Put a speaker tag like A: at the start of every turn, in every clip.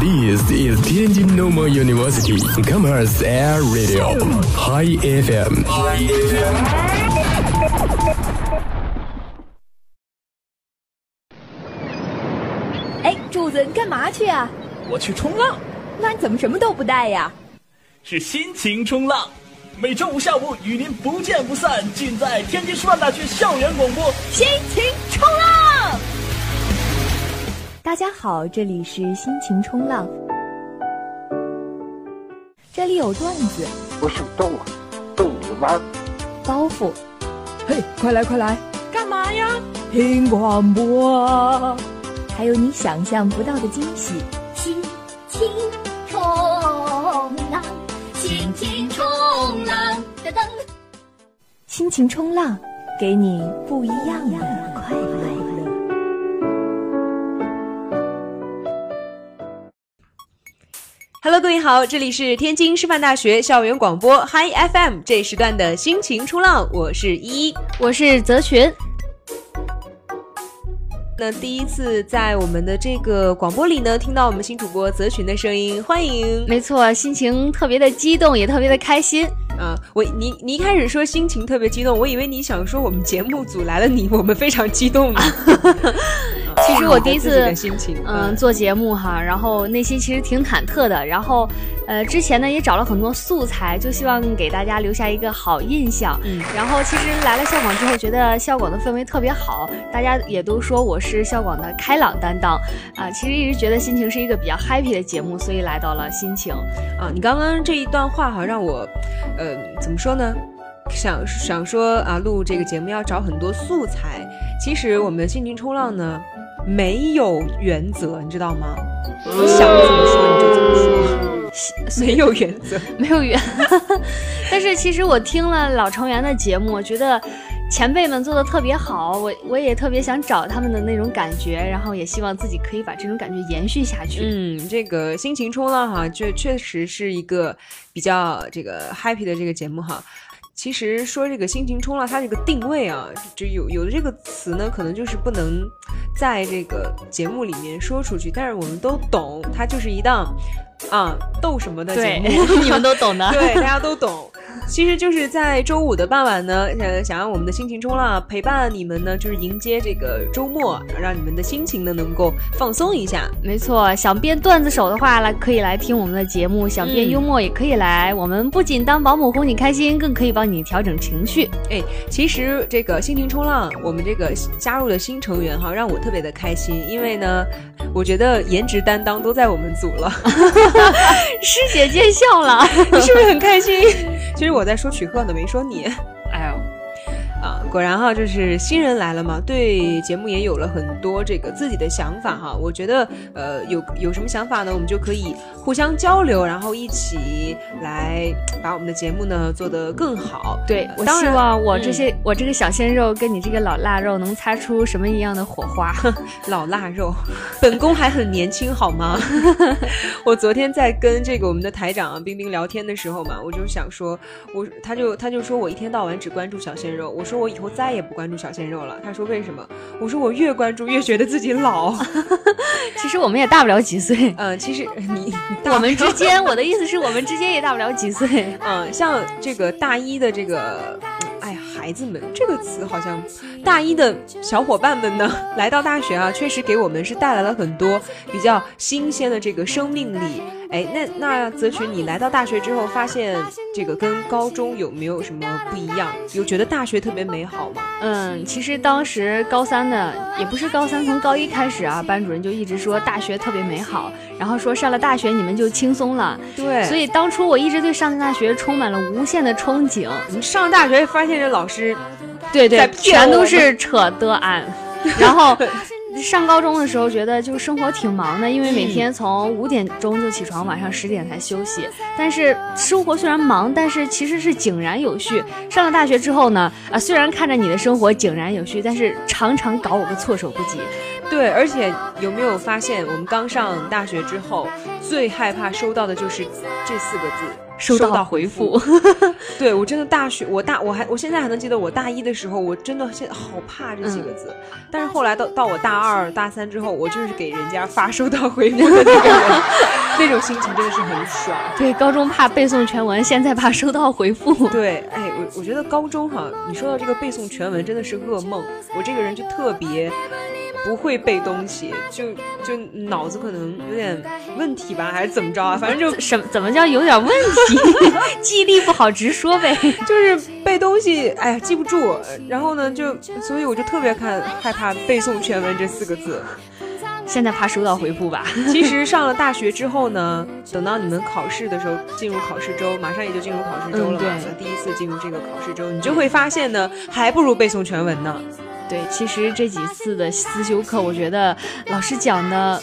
A: This is Tianjin Normal University Commerce Air Radio High FM。
B: 哎，柱子，你干嘛去啊？
C: 我去冲浪，
B: 那你怎么什么都不带呀？
C: 是心情冲浪。每周五下午与您不见不散，尽在天津师范大学校园广播。
B: 心情冲浪。大家好，这里是心情冲浪，这里有段子、
D: 不是动啊，动你玩儿。
B: 包袱、
E: 嘿，快来快来，干嘛呀？听广播。
B: 还有你想象不到的惊喜。
F: 心情冲浪，心情冲浪，噔噔。
B: 心情冲浪，给你不一样的快乐。
G: Hello，各位好，这里是天津师范大学校园广播 Hi FM 这一时段的心情冲浪，我是依依。
H: 我是泽群，
G: 那第一次在我们的这个广播里呢，听到我们新主播泽群的声音，欢迎。
H: 没错，心情特别的激动，也特别的开心。
G: 啊，我你你一开始说心情特别激动，我以为你想说我们节目组来了你，我们非常激动呢。
H: 其实我第一
G: 自己
H: 次
G: 的，心情，
H: 嗯，做节目哈，然后内心其实挺忐忑的。然后，呃，之前呢也找了很多素材，就希望给大家留下一个好印象。
G: 嗯
H: 然后其实来了校广之后，觉得校广的氛围特别好，大家也都说我是校广的开朗担当啊、其实一直觉得心情是一个比较 happy 的节目，所以来到了心情。
G: 啊，你刚刚这一段话哈，让我，呃，怎么说呢？想想说啊，录这个节目要找很多素材。其实我们的心情冲浪呢，没有原则，你知道吗？你想怎么说你就怎么说， 没有原则。
H: 没有缘。 但是其实我听了老成员的节目，我觉得前辈们做的特别好，我我也特别想找他们的那种感觉，然后也希望自己可以把这种感觉延续下去。
G: 嗯，这个心情冲浪哈，这确实是一个比较这个 happy 的这个节目哈。其实说这个心情冲浪，它这个定位啊，就有有的这个词呢，可能就是不能在这个节目里面说出去，但是我们都懂，它就是一档啊逗什么的节
H: 对
G: 目，，
H: 你们都懂 的。
G: 对，大家都懂。其实就是在周五的傍晚呢，呃，想让我们的心情冲浪陪伴你们呢，就是迎接这个周末，让你们的心情呢能够放松一下。
H: 没错，想变段子手的话，来可以来听我们的节目；想变
G: 嗯
H: 幽默也可以来。我们不仅当保姆哄你开心，更可以帮你调整情 绪。
G: 哎，其实这个心情冲浪，我们这个加入的新成员哈，让我特别的开心，因为呢，我觉得颜值担当都在我们组 了，
H: 师姐见笑了，
G: 你是不是很开心？其实我在说曲鹤呢，没说你。哎呦，啊，果然哈，就是新人来了嘛，对节目也有了很多这个自己的想法哈。我觉得呃，有有什么想法呢，我们就可以互相交流，然后一起来把我们的节目呢做得更好。
H: 对，我
G: 当
H: 希
G: 然
H: 望我这
G: 嗯
H: 些、我这个小鲜肉跟你这个老腊肉能擦出什么一样的火花。
G: 老腊肉，本宫还很年轻，好 吗？ 我昨天在跟这个我们的台长冰冰聊天的时候嘛，我就想说，我他就他就说我一天到晚只关注小鲜肉，我说我以后再也不关注小鲜肉了。他说为什么？我说我越关注越觉得自己 老。，
H: 其实我们也大不了几岁
G: 嗯，其实你
H: 我们之间，我的意思是我们之间也大不了几岁。
G: 嗯，像这个大一的这个，嗯哎呀，孩子们这个词好像，大一的小伙伴们呢， 来到大学啊，确实给我们是带来了很多比较新鲜的这个生命力。哎，那那泽群，你来到大学之后，发现这个跟高中有没有什么不一样？有觉得大学特别美好吗？
H: 嗯，其实当时高三呢，也不是高三，从高一开始啊，班主任就一直说大学特别美好，然后说上了大学你们就轻松了。
G: 对
H: 所
G: 所以
H: 以当初我一直对上大学充满了无限的憧憬。
G: 你上大学发现这老师，
H: 对对
G: 在，骗
H: 全
G: 我
H: 都
G: 们
H: 是扯的安。然后上高中的时候，觉得就是生活挺忙的，因为
G: 嗯
H: 每天从五点钟就起床，晚上十点才休息。但是生活虽然忙，但是其实是井然有序。上了大学之后呢，啊，虽然看着你的生活井然有序，但是常常搞我个措手不及。
G: 对，而且有没有发现，我们刚上大学之后，最害怕收到的就是这四个字。
H: 收
G: 到
H: 回
G: 复， 对我真的大学，我大我还我现在还能记得我大一的时候，我真的现在好怕这几个字。嗯、但是后来到到我大二大三之后，我就是给人家发收到回复的那个人，那种心情真的是很爽。
H: 对，高中怕背诵全文，现在怕收到回复。
G: 对，哎，我我觉得高中哈、啊，你说到这个背诵全文真的是噩梦。我这个人就特别。不会背东西，就就脑子可能有点问题吧，还是怎么着啊？反正就
H: 什 怎么叫有点问题， 记忆力不好，直说呗。
G: 就是背东西，哎呀记不住，然后呢就，所以我就特别看害怕背诵全文这四个字。
H: 现在怕收到回复吧？
G: 其实上了大学之后呢，等到你们考试的时候，进入考试周，马上也就进入考试周了嘛，
H: 嗯、
G: 对第一次进入这个考试周，你就会发现呢，还不如背诵全文呢。
H: 对，其实这几次的思修课，我觉得老师讲的，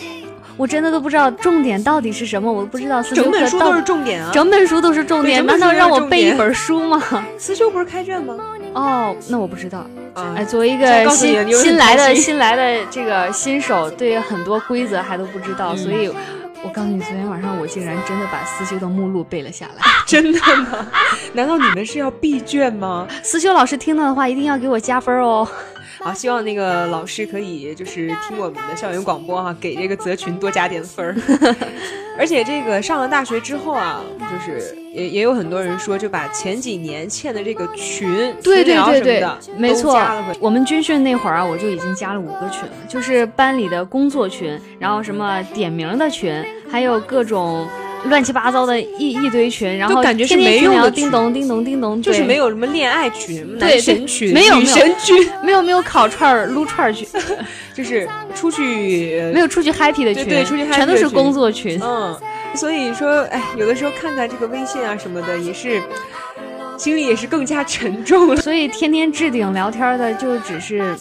H: 我真的都不知道重点到底是什么，我不知道思修
G: 整
H: 课
G: 本书都是重点啊，
H: 整本书都是重点，
G: 重
H: 难道让我背一本书吗？
G: 思修不是开卷吗？
H: 哦，那我不知道。
G: 啊、
H: 哎，作为一个新新来的新来的这个新手，对很多规则还都不知道，嗯、所以。我告诉你，昨天晚上我竟然真的把思修的目录背了下来。
G: 真的吗？ 难道你们是要闭卷吗？
H: 思修老师听到的话，一定要给我加分哦。
G: 啊，希望那个老师可以就是听我们的校园广播哈、啊，给这个泽群多加点分儿。 而且这个上了大学之后啊，就是也也有很多人说，就把前几年欠的这个群，
H: 对对对对，没错，
G: 加了
H: 我们军训那会儿啊，我就已经加了五个群了，就是班里的工作群，然后什么点名的群，还有各种。乱七八糟的一一堆群，然后
G: 感觉是没用的。
H: 叮咚叮咚叮咚，
G: 就是没有什么恋爱群、
H: 对
G: 男神群、
H: 没有
G: 女神群，
H: 没有没有烤串撸串群，
G: 就是出去呃
H: 没有出去 happy 的群，
G: 对对，出去 happy
H: 全都是工作群。
G: 嗯，所以说，哎，有的时候看看这个微信啊什么的，也是心里也是更加沉重了。
H: 所以天天置顶聊天的就只是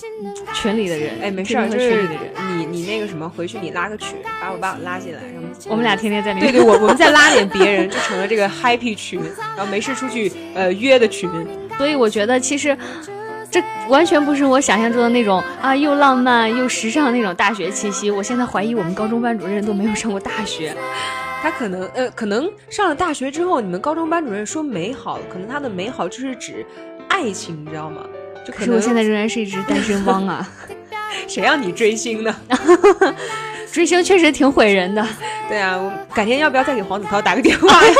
H: 群里的人，
G: 哎，没事儿，
H: 就
G: 群
H: 里的人。
G: 你你那个什么，回去你拉个群，把我把我拉进来，然后
H: 我们俩天天在里
G: 面。对对，我我们再拉点别人，就成了这个 happy 群，然后没事出去呃约的群。
H: 所以我觉得其实这完全不是我想象中的那种啊又浪漫又时尚那种大学气息。我现在怀疑我们高中班主任都没有上过大学。
G: 他可能呃可能上了大学之后，你们高中班主任说美好，可能他的美好就是指爱情，你知道吗？就可
H: 是我现在仍然是一只单身汪 啊。
G: 谁让你追星呢？
H: 追星确实挺毁人的。
G: 对啊，我改天要不要再给黄子韬打个电话 呀？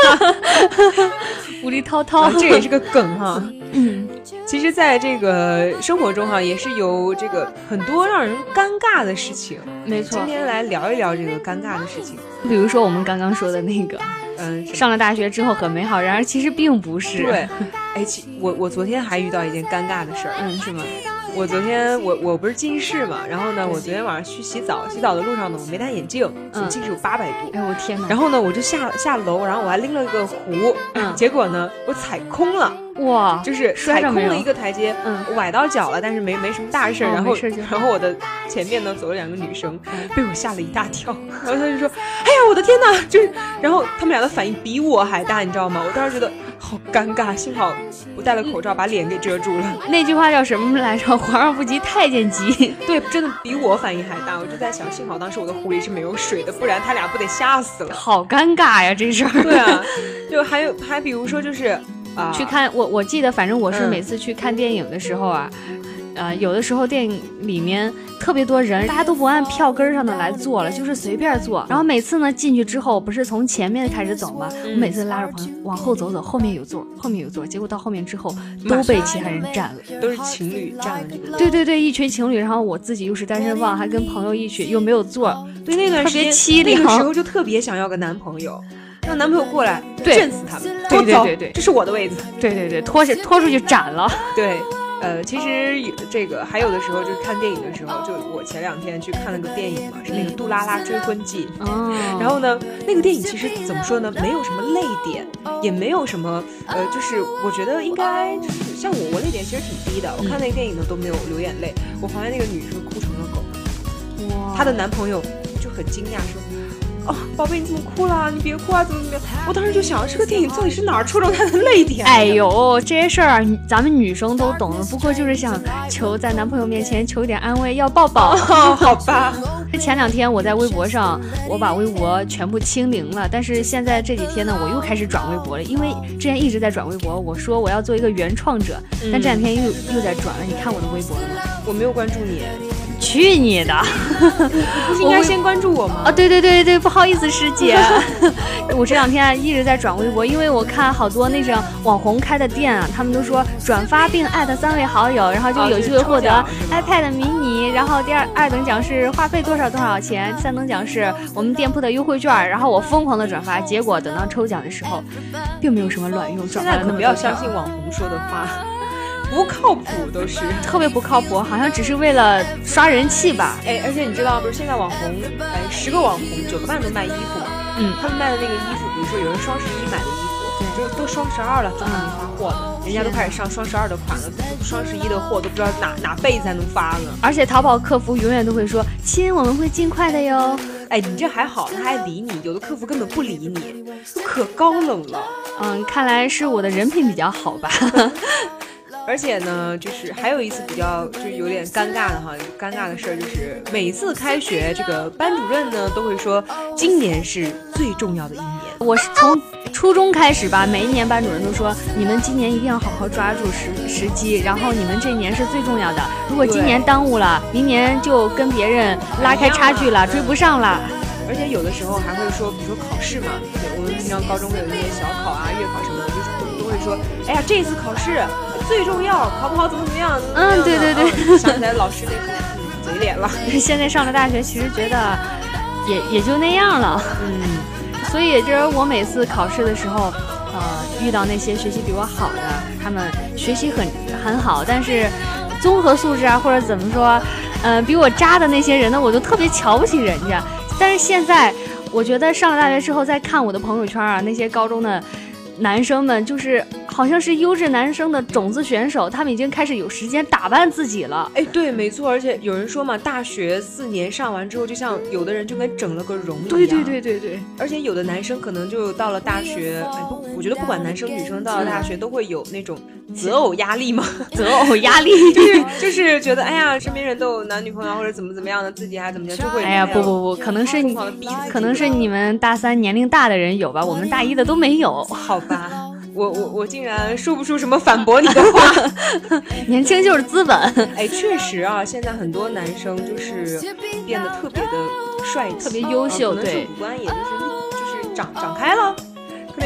H: 无力滔滔，
G: 啊这 也是个梗哈。嗯，其实，在这个生活中哈，也是有这个很多让人尴尬的事情。
H: 没错，
G: 今天来聊一聊这个尴尬的事情，
H: 比如说我们刚刚说的那个。
G: 嗯，
H: 上了大学之后很美好，然而其实并不是。
G: 对，哎，其我我昨天还遇到一件尴尬的事儿，
H: 嗯，是吗？
G: 我昨天我我不是近视嘛，然后
H: 嗯
G: 呢，我昨天晚上去洗澡，洗澡的路上呢，我没戴眼镜，我近视有八百度，
H: 哎我天哪！
G: 然后呢，我就下下楼，然后我还拎了个壶，
H: 嗯，
G: 结果呢，我踩空了，
H: 哇，
G: 就是
H: 摔
G: 空了一个台阶，
H: 嗯，
G: 崴到脚了，但是没没什么大事，然后然后我的前面呢走了两个女生，
H: 嗯
G: 被我吓了一大跳， 然后她就说，哎呀我的天哪，就是，然后他们俩。的反应比我还大，你知道吗？我当时觉得好尴尬，幸好我戴了口罩，把脸给遮住 了。
H: 那句话叫什么来着？ 皇上不急太监急。
G: 对，真的比我反应还大。我就在想，幸好当时我的壶里是没有水的，不然他俩不得吓死 了。
H: 好尴尬呀，这事儿。
G: 对啊，就还有还比如说就是啊，
H: 去看我我记得，反正我是每次去看电影的时候啊。嗯呃，有的时候电影里面特别多人，大家都不按票根上的来坐了，就是随便坐。然后每次呢进去之后，不是从前面开始走吗？我每次拉着朋友往后走走，后面有座，后面有座。结果到后面之后都被其他人占了，
G: 都是情侣占了。
H: 对对对，一群情侣，然后我自己又是单身汪，还跟朋友一起又没有座，
G: 对那段
H: 特别凄凉。
G: 那个时候就特别想要个男朋友。让男朋友过来，震死他们！
H: 对对对对，
G: 这是我的位置。
H: 对对对，拖是拖出去斩了。
G: 对，呃，其实有这个还有的时候就是看电影的时候，就我前两天去看了个电影嘛，是那个《杜拉拉追婚记》。
H: 嗯哦。
G: 然后呢，那个电影其实怎么说呢，没有什么泪点，也没有什么呃，就是我觉得应该就是像我，我泪点其实挺低的。我看
H: 嗯
G: 那个电影呢都没有流眼泪，我旁边那个女生哭成了狗，她的男朋友就很惊讶说。哦，宝贝，你怎么哭了？你别哭啊，怎么怎么样？我当时就想，这个电影到底是哪儿戳中他的泪点？
H: 哎呦，这些事儿啊咱们女生都懂，不过就是想求在男朋友面前求点安慰，要抱抱。
G: 哦，好吧。
H: 前两天我在微博上，我把微博全部清零了，但是现在这几天呢，我又开始转微博了，因为之前一直在转微博，我说我要做一个原创者，但这两天又又在转了。你看我的微博了吗？
G: 我没有关注你。
H: 去你的！
G: 不是应该先关注我吗？
H: 啊、哦，对对对对，不好意思，师姐， 我这两天、啊、一直在转微博，因为我看好多那种网红开的店啊，他们都说转发并艾特三位好友，然后
G: 哦
H: 就有机会获得 iPad mini，然后第二二等奖是话费多少多少钱，三等奖是我们店铺的优惠券，然后我疯狂的转发，结果等到抽奖的时候，并没有什么卵用，转发
G: 可不要相信网红说的话。不靠谱都是
H: 特别不靠谱，好像只是为了刷人气吧。
G: 哎，而且你知道不是现在网红，哎，十个网红九个半都卖衣服嘛。
H: 嗯，
G: 他们卖的那个衣服，比如说有人双十一买的衣服，对，嗯就是都双十二了，都还没发货呢，人家都开始上双十二的款了，双十一的货都不知道哪哪辈子才能发了。
H: 而且淘宝客服永远都会说：“亲，我们会尽快的哟。”
G: 哎，你这还好，他还理你，有的客服根本不理你，可高冷了。
H: 嗯，看来是我的人品比较好吧。
G: 而且呢，就是还有一次比较就是有点尴尬的哈，尴尬的事儿就是每次开学，这个班主任呢都会说，今年是最重要的一年。
H: 我是从初中开始吧，每一年班主任都说，你们今年一定要好好抓住时时机，然后你们这一年是最重要的。如果今年耽误了，明年就跟别人拉开差距了，追不上了。
G: 而且有的时候还会说，比如说考试嘛，我们平常高中会有一些小考啊、月考什么的，就是我们都会说，哎呀，这次考试最重要，考不好怎么怎么样。
H: 嗯，
G: 样
H: 对对对，
G: 哦、想起来老师那副嘴脸了。
H: 现在上了大学，其实觉得也也就那样了。嗯，所以就是我每次考试的时候，呃，遇到那些学习比我好的，他们学习很很好，但是综合素质啊，或者怎么说，嗯、呃，比我渣的那些人呢，我就特别瞧不起人家。但是现在，我觉得上了大学之后再看我的朋友圈啊，那些高中的男生们，就是好像是优质男生的种子选手，他们已经开始有时间打扮自己了。
G: 哎，对，没错，而且有人说嘛，大学四年上完之后，就像有的人就跟整了个容一样。
H: 对对对对对。
G: 而且有的男生可能就到了大学，哎，不，我觉得不管男生女生到了大学都会有那种择偶压力 嘛，
H: 择偶压力
G: 就是就是觉得哎呀，身边人都有男女朋友啊或者怎么怎么样的，自己啊还怎么样就会
H: 哎呀不不不，可能是 你可能是你们大三年龄大的人有吧，我们大一的都没有。
G: 好吧，我我我竟然说不出什么反驳你的话，
H: 年轻就是资本。
G: 哎，确实啊，现在很多男生就是变得特别的帅气，
H: 特别优秀，对、啊，
G: 五官也就是就是长长开了。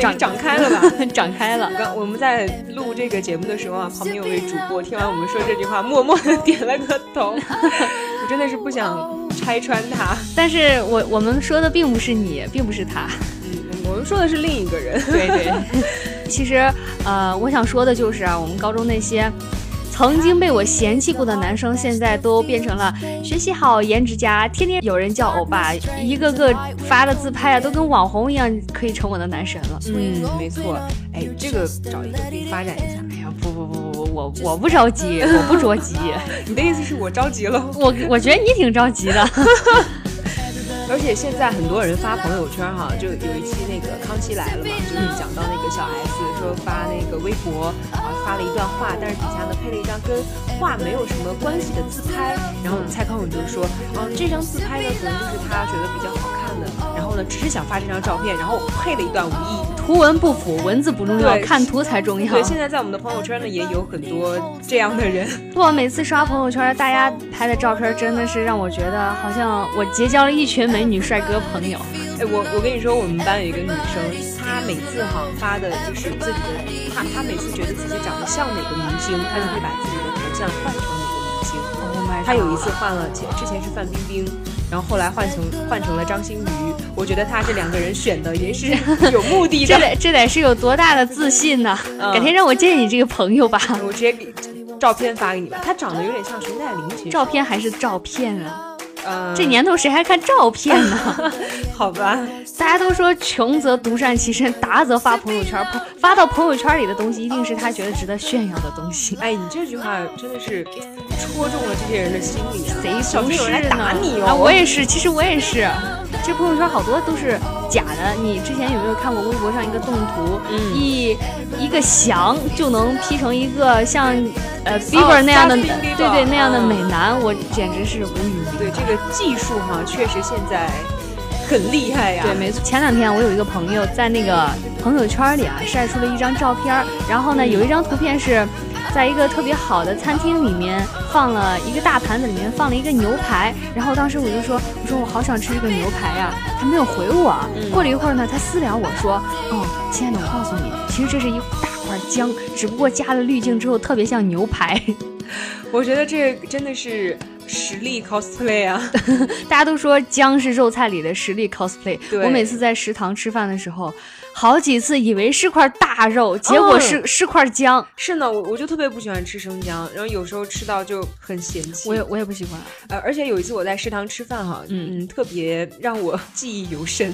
G: 长长开了吧，
H: 长开了。
G: 刚我们在录这个节目的时候啊，旁边有位主播听完我们说这句话，默默的点了个头。 我真的是不想拆穿他，
H: 但是我我们说的并不是你，并不是他，
G: 嗯，我们说的是另一个人。
H: 对对， 其实呃，我想说的就是啊，我们高中那些。曾经被我嫌弃过的男生，现在都变成了学习好、颜值佳，天天有人叫欧巴，一个个发的自拍啊，都跟网红一样，可以成我的男神了。
G: 嗯，没错。哎，这个找一个可以发展一下。
H: 哎呀，不不不不不，我我不着 急，我不着急。
G: 哎你的意思是我着急了？
H: 我我觉得你挺着急 的。
G: 而且现在很多人发朋友圈哈，就有一期那个《康熙来了》嘛，就是讲到那个小 S 说发那个微博啊，发了一段话，但是底下呢配了一张跟话没有什么关系的自拍，然后蔡康永就说，啊这张自拍呢可能就是他觉得比较好看的，然后呢只是想发这张照片，然后配了一段无意义。
H: 图文不符，文字不重要，看图才重要。
G: 对，现在在我们的朋友圈呢，也有很多这样的人。
H: 我每次刷朋友圈，大家拍的照片真的是让我觉得，好像我结交了一群美女帅哥朋友。
G: 哎，我我跟你说，我们班有一个女生，她每次哈发的就是自己的，她她每次觉得自己长得像哪个明星，她就会把自己的头像换成哪个明星。
H: Oh my！
G: 她有一次换了，前之前是范冰冰。然后后来换成换成了张馨予，我觉得他这两个人选的也是有目的的。
H: 这得这得是有多大的自信呢、啊？嗯、改天让我见你这个朋友吧，
G: 我直接给照片发给你吧。他长得有点像熊黛林，其实嗯
H: 照片还是照片啊。呃、这年头谁还看照片呢？
G: 好吧，
H: 大家都说穷则独善其身，达则发朋友圈，发到朋友圈里的东西一定是他觉得值得炫耀的东西。
G: 哎，你这句话真的是戳中了这些人的心里、啊，
H: 谁
G: 小心有人来打你
H: 哦、啊！我也是，其实我也是。这朋友圈好多都是假的，你之前有没有看过微博上一个动图，嗯、一一个翔就能 P 成一个像
G: 哦
H: 呃 Bieber 那样的，对对那样的美男，我简直是无
G: 嗯
H: 语。
G: 对这个技术哈，确实现在很厉害呀。
H: 对，没错。前两天我有一个朋友在那个朋友圈里啊晒出了一张照片，然后呢有一张图片是。在一个特别好的餐厅里面，放了一个大盘子，里面放了一个牛排。然后当时我就说：“我说我好想吃这个牛排呀、啊。”他没有回我。过了一会儿呢，他私聊我说：“哦，亲爱的，我告诉你，其实这是一大块姜，只不过加了滤镜之后，特别像牛排。”
G: 我觉得这真的是实力 cosplay 啊！
H: 大家都说姜是肉菜里的实力 cosplay。我每次在食堂吃饭的时候。好几次以为是块大肉，结果是、嗯、是块姜。
G: 是呢，我我就特别不喜欢吃生姜，然后有时候吃到就很嫌弃。
H: 我也我也不喜欢。
G: 呃，而且有一次我在食堂吃饭哈，嗯嗯，特别让我记忆犹深，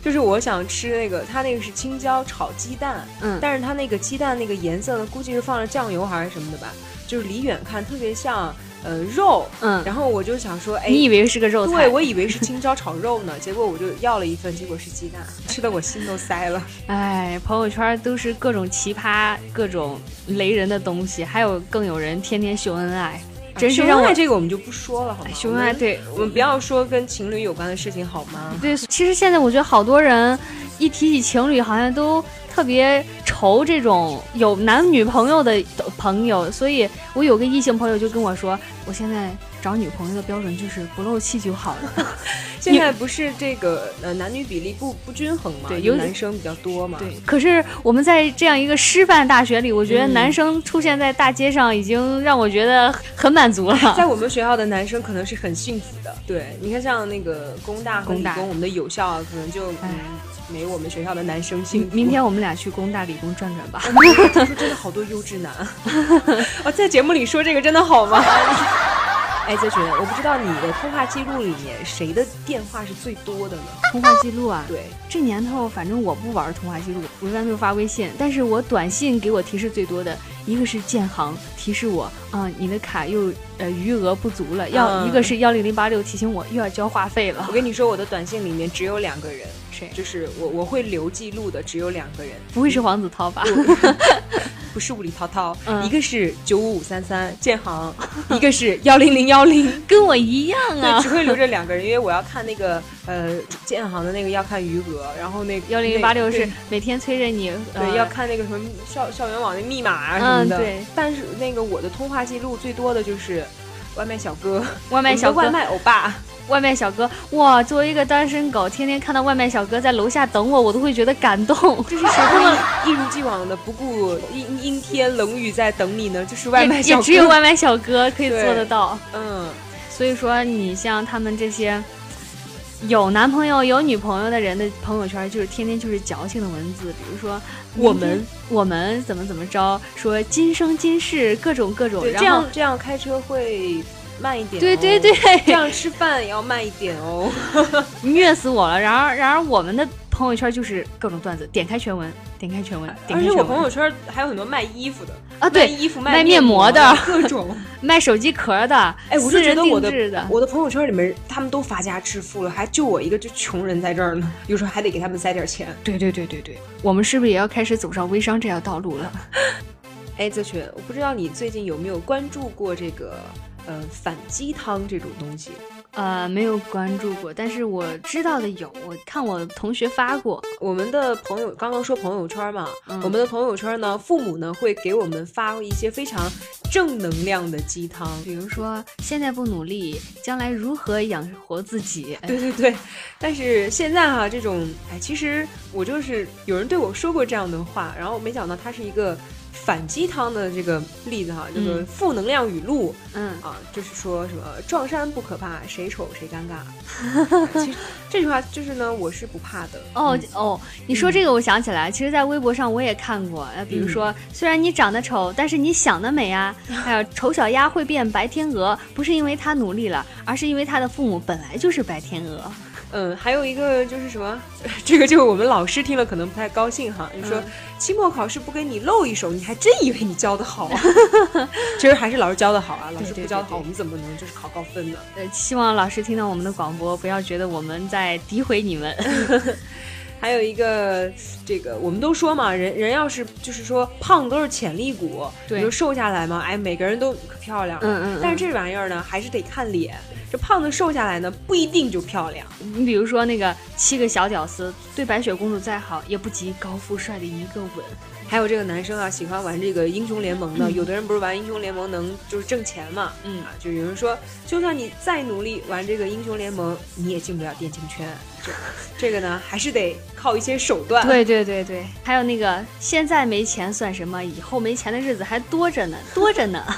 G: 就是我想吃那个，它那个是青椒炒鸡蛋，嗯，但是它那个鸡蛋那个颜色呢，估计是放了酱油还是什么的吧，就是离远看特别像。呃，肉，嗯，然后我就想说，哎，
H: 你以为是个肉菜？
G: 对，我以为是青椒炒肉呢，结果我就要了一份，结果是鸡蛋，吃的我心都塞了。
H: 哎，朋友圈都是各种奇葩、各种雷人的东西，还有更有人天天秀恩爱， 真是让我、哎
G: 啊、这个我们就不说了，好吗？
H: 秀恩爱，对
G: 我们不要说跟情侣有关的事情，好吗？
H: 对，其实现在我觉得好多人一提起情侣，好像都。特别愁这种有男女朋友的朋友，所以我有个异性朋友就跟我说，我现在找女朋友的标准就是不漏气就好了。
G: 现在不是这个呃男女比例不不均衡嘛？
H: 对，有
G: 男生比较多嘛？
H: 对。可是我们在这样一个师范大学里，我觉得
G: 嗯
H: 男生出现在大街上已经让我觉得很满足了。嗯、
G: 在我们学校的男生可能是很幸福的。对，你看像那个工大和理工，我们的有效啊，可能就。没我们学校的男生幸福。
H: 哎明天我们俩去工大理工转转吧。
G: 听说真的好多优质 男，啊，在节目里说这个真的好吗？哎，泽群，我不知道你的通话记录里面谁的电话是最多的呢？
H: 通话记录啊，
G: 对，
H: 这年头反正我不玩通话记录，我一般都是发微信，但是我短信给我提示最多的一个是建行提示我啊、呃，你的卡又呃余额不足了，要、嗯、一个是幺零零八六提醒我又要交话费了。
G: 我跟你说，我的短信里面只有两个人，谁？就是我我会留记录的只有两个人，
H: 不会是黄子韬吧？
G: 不是物理涛涛，嗯、一个是九五五三三建 行，一个是幺零零幺零，
H: 跟我一样啊。
G: 只会留这两个人，因为我要看那个呃建行的那个要看余额，然后那
H: 幺零零八六是每天催着你，
G: 对，呃、要看那个什么校校园网的密码啊什么的。
H: 嗯、对。
G: 但是那个我的通话记录最多的就是外卖小哥、
H: 外卖小哥、
G: 外卖欧巴。
H: 外卖小哥，哇！作为一个单身狗，天天看到外卖小哥在楼下等我，我都会觉得感动。
G: 这是谁会一如既往的不顾阴阴天冷雨在等你呢？就是外卖小
H: 哥，也只有外卖小哥可以做得到。
G: 嗯，
H: 所以说你像他们这些有男朋友、有女朋友的人的朋友圈，就是天天就是矫情的文字，比如说我们我们怎么怎么着，说今生今世各种各种。
G: 这样这样开车会。慢一点、哦，
H: 对对对，
G: 这样吃饭也要慢一点哦，
H: 虐死我了。然而，然而我们的朋友圈就是各种段子，点开全文，点开全文，点开全文。而且
G: 我朋友圈还有很多卖衣服的
H: 啊，对，
G: 卖衣服
H: 卖
G: 面
H: 膜
G: 的各种，
H: 卖手机壳的，
G: 哎，我就觉得我的
H: 的
G: 我的朋友圈里面他们都发家致富了，还就我一个就穷人在这儿呢，有时候还得给他们塞点钱。
H: 对对对对对，我们是不是也要开始走上微商这条道路了？
G: 哎，泽群，我不知道你最近有没有关注过这个。呃，反鸡汤这种东西，
H: 呃，没有关注过，但是我知道的有，我看我同学发过。
G: 我们的朋友刚刚说朋友圈嘛，嗯、我们的朋友圈呢，父母呢会给我们发一些非常正能量的鸡汤，
H: 比如说现在不努力，将来如何养活自己？
G: 对对 对。但是现在哈、啊，这种哎，其实我就是有人对我说过这样的话，然后没想到它是一个。反鸡汤的这个例子哈，这个负能量语录，
H: 嗯
G: 啊，就是说什么撞衫不可怕，谁丑谁尴 尬。哎其实这句话就是呢，我是不怕的。嗯
H: 哦哦，你说这个我想起来，其实，在微博上我也看过，呃，比如说，虽然你长得丑，但是你想得美啊。还有丑小鸭会变白天鹅，不是因为它努力了，而是因为它的父母本来就是白天鹅。
G: 嗯，还有一个就是什么， 这个就我们老师听了可能不太高兴哈。你说、
H: 嗯
G: 期末考试不给你露一手，你还真以为你教的好 啊？其实还是老师教的好啊，老师
H: 对对
G: 不
H: 对
G: 教的好，
H: 对
G: 我们怎么能就是考高分呢？
H: 呃，希望老师听到我们的广播，不要觉得我们在诋毁你们。
G: 还有一个，这个我们都说嘛，人人要是就是说胖都是潜力股，
H: 对
G: 你说瘦下来嘛，哎，每个人都可漂亮了，
H: 嗯嗯嗯
G: 但是这玩意儿呢，还是得看脸。这胖子瘦下来呢，不一定就漂亮。
H: 你比如说那个七个小屌丝，对白雪公主再好，也不及高富帅的一个吻。
G: 还有这个男生啊，喜欢玩这个英雄联盟的，有的人不是玩英雄联盟能就是挣钱嘛，
H: 嗯
G: 啊，就有人说，就算你再努力玩这个英雄联盟，你也进不了电竞圈。这 这个呢，还是得靠一些手段。
H: 对对对对，还有那个现在没钱算什么，以后没钱的日子还多着呢，多着 呢。嗯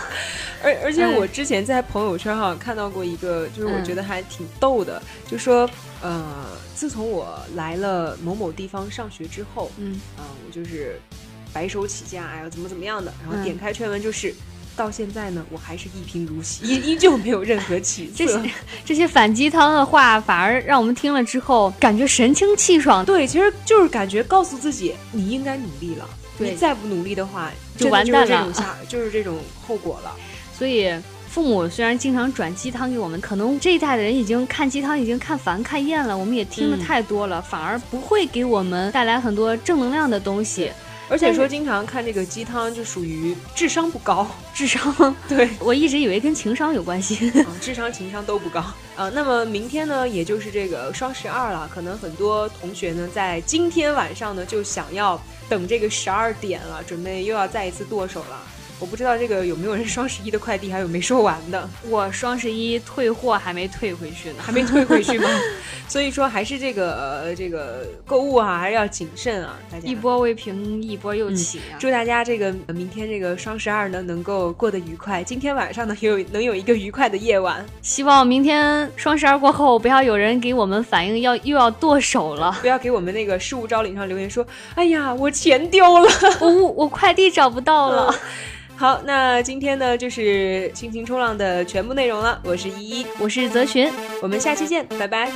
G: 而而且
H: 哎
G: 我之前在朋友圈哈看到过一个，就是我
H: 嗯
G: 觉得还挺逗的，就说呃，自从我来了某某地方上学之后，
H: 嗯
G: 呃，我就是白手起家，哎呀，怎么怎么样的，然后
H: 嗯
G: 点开全文就是。到现在呢，我还是一贫如洗，依依旧没有任何起
H: 这
G: 色
H: 些。这些反鸡汤的话，反而让我们听了之后感觉神清气爽，
G: 对，其实就是感觉告诉自己，你应该努力了。
H: 对
G: 你再不努力的话，真的
H: 就完
G: 就是
H: 蛋
G: 这
H: 了
G: 种下，就是这种后果 了。
H: 所以。父母虽然经常转鸡汤给我们，可能这一代的人已经看鸡汤已经看烦看厌了，我们也听的
G: 嗯
H: 太多了，反而不会给我们带来很多正能量的东西，
G: 而且
H: 但是
G: 说经常看这个鸡汤，就属于智商不高。
H: 智商
G: 对，
H: 我一直以为跟情商有关系。
G: 啊智商、情商都不高啊、那么明天呢，也就是这个双十二了，可能很多同学呢，在今天晚上呢，就想要等这个十二点了，准备又要再一次剁手了。我不知道这个有没有人 双十一的快递还有没收完的，
H: 我双十一退货还没退回去呢
G: 还。没退回去吗？ 所以说还是这个、呃、这个购物啊，还是要谨慎啊，大家
H: 一。波未平，一波又起啊！
G: 祝大家这个呃明天这个双十二呢能够过得愉快，今天晚上呢也有能有一个愉快的夜晚，
H: 希望明天双十二过后，不要有人给我们反映要又要剁手了。
G: 不要给我们那个事务招领上留言说，哎呀我钱丢了。
H: 我我我快递找不到了，
G: 好，那今天呢就是《心情冲浪》的全部内容了。我是依依，
H: 我是泽群。
G: 我们下期见，拜拜。